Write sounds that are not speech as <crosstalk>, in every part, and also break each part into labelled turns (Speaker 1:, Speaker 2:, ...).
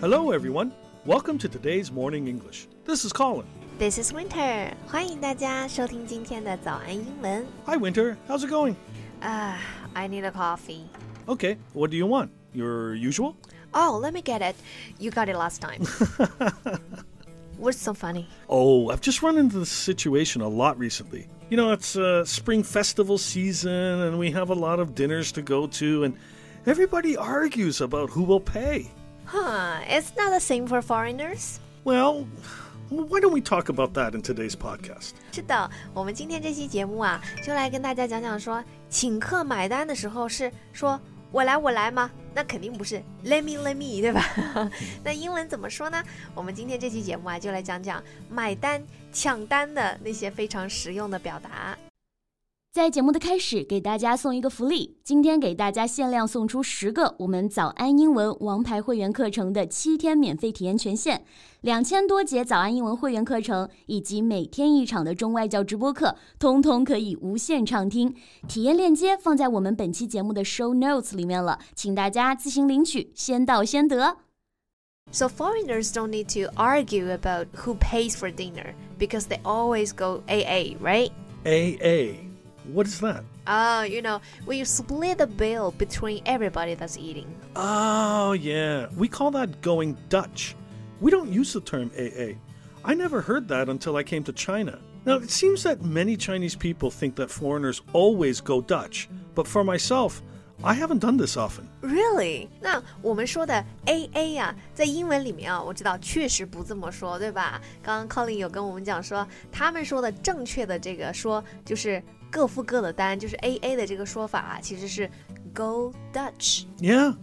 Speaker 1: Hello, everyone. Welcome to today's Morning English. This is Colin.
Speaker 2: This is Winter，欢迎大家收听今天的早安英文。
Speaker 1: Hi, Winter. How's it going?
Speaker 2: 啊、i Ah, need a coffee.
Speaker 1: Okay, what do you want? Your usual?
Speaker 2: Oh, let me get it. You got it last <laughs> time. What's so funny?
Speaker 1: Oh, I've just run into this situation a lot recently. You know, it's uh, spring festival season, and we have a lot of dinners to go to, and everybody argues about who will pay.
Speaker 2: Huh? It's not the same for foreigners.
Speaker 1: Well, why don't we talk about that in today's podcast?
Speaker 2: 是的，我们今天这期节目啊，就来跟大家讲讲说，请客买单的时候是说“我来，我来”吗？那肯定不是 “let me, let me”，对吧？ <laughs> 那英文怎么说呢？我们今天这期节目啊，就来讲讲买单、抢单的那些非常实用的表达。
Speaker 3: 在节目的开始，给大家送一个福利，今天给大家限量送出十个我们早安英文王牌会员课程的七天免费体验权限，两千多节早安英文会员课程以及每天一场的中外教直播课，通通可以无限畅听。体验链接放在我们本期节目的 show notes 里面了，请大家自行领取，先到先得。
Speaker 2: So foreigners don't need to argue about who pays for dinner because they always go AA, right?
Speaker 1: AA. What is that?
Speaker 2: Oh, you know, when you split the bill between everybody that's eating.
Speaker 1: Oh, yeah. We call that going Dutch. We don't use the term AA. I never heard that until I came to China. Now, it seems that many Chinese people think that foreigners always go Dutch, but for myself, I haven't done this often.
Speaker 2: Really？那我们说的 A A 啊，在英文里面啊，我知道确实不这么说，对吧？刚刚 Colin 有跟我们讲说，他们说的正确的这个说就是各付各的单，就是 A A 的这个说法啊，其实是 Go Dutch。
Speaker 1: Yeah?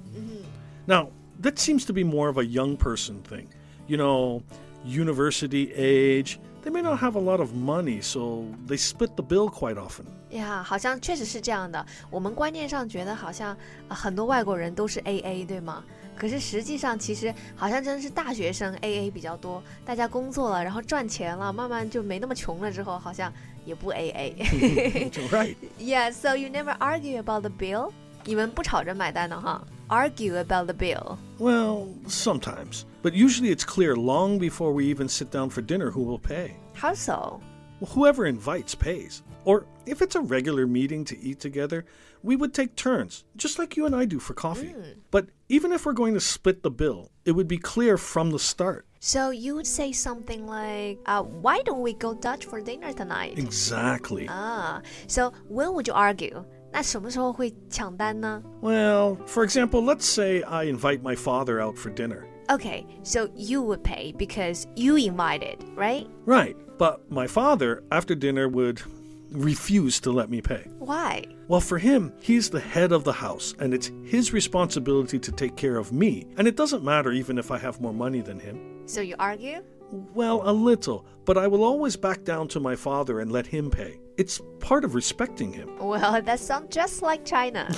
Speaker 1: Now, that seems to be more of a young person thing. You know, university age, they may not have a lot of money, so they split the bill quite often. <laughs>
Speaker 2: 呀、好像确实是这样的。我们观念上觉得好像、呃很多外国人都是 A A，对吗？可是实际上，其实好像真的是大学生 A A 比较多。大家工作了，然后赚钱了，慢慢就没那么穷了，之后好像也不 A A。 <laughs>
Speaker 1: right.
Speaker 2: Yeah, so you never argue about the bill? 你们不吵着买单的哈？Argue about the bill.
Speaker 1: Well, sometimes. But usually it's clear long before we even sit down for dinner who will pay.
Speaker 2: How so?
Speaker 1: Well, whoever invites pays. Or if it's a regular meeting to eat together, we would take turns, just like you and I do for coffee. But even if we're going to split the bill, it would be clear from the start.
Speaker 2: So you would say something like, uh, why don't we go Dutch for dinner tonight?
Speaker 1: Exactly.
Speaker 2: 啊、so when would you argue? 那什么时候会抢单呢
Speaker 1: Well, for example, let's say I invite my father out for dinner.
Speaker 2: Okay, so you would pay because you invited, right?
Speaker 1: Right. But my father, after dinner, would refuse to let me pay.
Speaker 2: Why?
Speaker 1: Well, for him, he's the head of the house, and it's his responsibility to take care of me, and it doesn't matter even if I have more money than him.
Speaker 2: So you argue?
Speaker 1: Well, a little, but I will always back down to my father and let him pay. It's part of respecting him.
Speaker 2: Well, <laughs> that sounds just like China.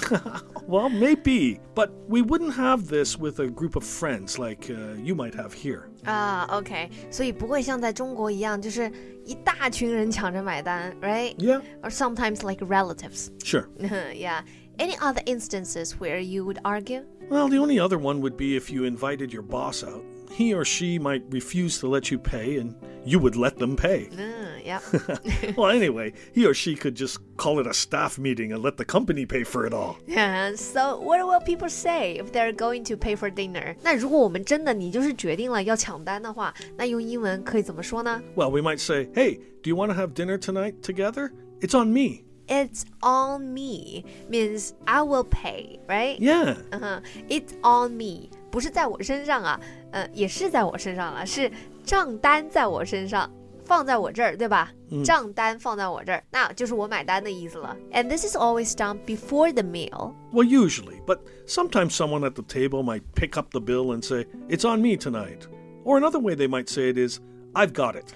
Speaker 1: well, maybe, but we wouldn't have this with a group of friends like uh, you might have here.
Speaker 2: 啊、o k Ah, 所以不会像在中国一样，就是一大群人抢着买单，right?
Speaker 1: Yeah,
Speaker 2: Or sometimes like relatives. <laughs>
Speaker 1: sure.
Speaker 2: yeah. Any other instances where you would argue?
Speaker 1: Well, the only other one would be if you invited your boss out. He or she might refuse to let you pay, and you would let them pay.
Speaker 2: 嗯，yeah.
Speaker 1: <laughs> well, anyway, he or she could just call it a staff meeting and let the company pay for it all.
Speaker 2: so what will people say if they're going to pay for dinner? 那如果我们真的你就是决定了要抢单的话，那用英文可以怎么说呢
Speaker 1: Well, we might say, hey, do you want to have dinner tonight together? It's on me.
Speaker 2: ？It's on me means I will pay, right?
Speaker 1: Yeah.
Speaker 2: 嗯哼，It's on me，不是在我身上啊，呃，也是在我身上了，是账单在我身上，放在我这儿，对吧？
Speaker 1: 嗯
Speaker 2: 账单放在我这儿，那就是我买单的意思了。And this is always done before the meal.
Speaker 1: Well, usually, but sometimes someone at the table might pick up the bill and say, it's on me tonight. Or another way they might say it is, I've got it.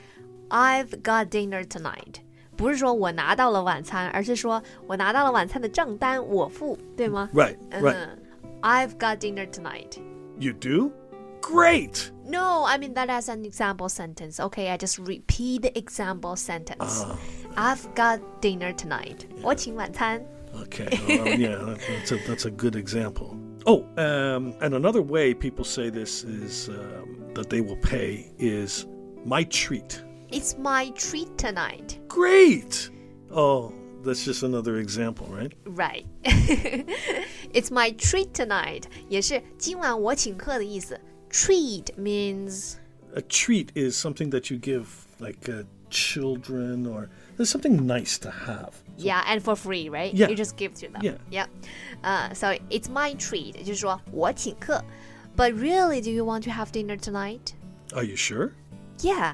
Speaker 2: I've got dinner tonight. 不是说我拿到了晚餐，而是说我拿到了晚餐的账单，我付，对吗？
Speaker 1: Right,
Speaker 2: 嗯
Speaker 1: right.
Speaker 2: 哼 I've got dinner tonight.
Speaker 1: You do? Great!
Speaker 2: No, I mean that as an example sentence. Okay, I just repeat the example sentence.
Speaker 1: Ah.
Speaker 2: I've got dinner tonight. 我请晚餐。
Speaker 1: <laughs> Okay, well, yeah, that's a, that's a good example. Oh, um, and another way people say this is um, that they will pay is my treat.
Speaker 2: It's my treat tonight.
Speaker 1: Great! Oh, that's just another example, right?
Speaker 2: Right. <laughs> it's my treat tonight. 也是今晚我请客的意思。Treat means
Speaker 1: A treat is something that you give, like uh, children, or there's something nice to have.
Speaker 2: yeah, and for free, right?
Speaker 1: Yeah.
Speaker 2: You just give to them.
Speaker 1: Yeah.
Speaker 2: Yeah. Uh, so it's my treat. 就是说我请客。But really, do you want to have dinner tonight?
Speaker 1: Are you sure?
Speaker 2: Yeah.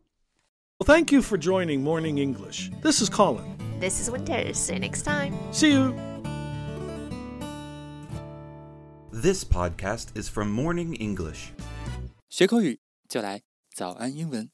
Speaker 1: Well, thank you for joining Morning English. This is Colin.
Speaker 2: This is Winter. See you next time.
Speaker 1: See you.
Speaker 4: This podcast is from Morning English.
Speaker 5: 学口语就来早安英文。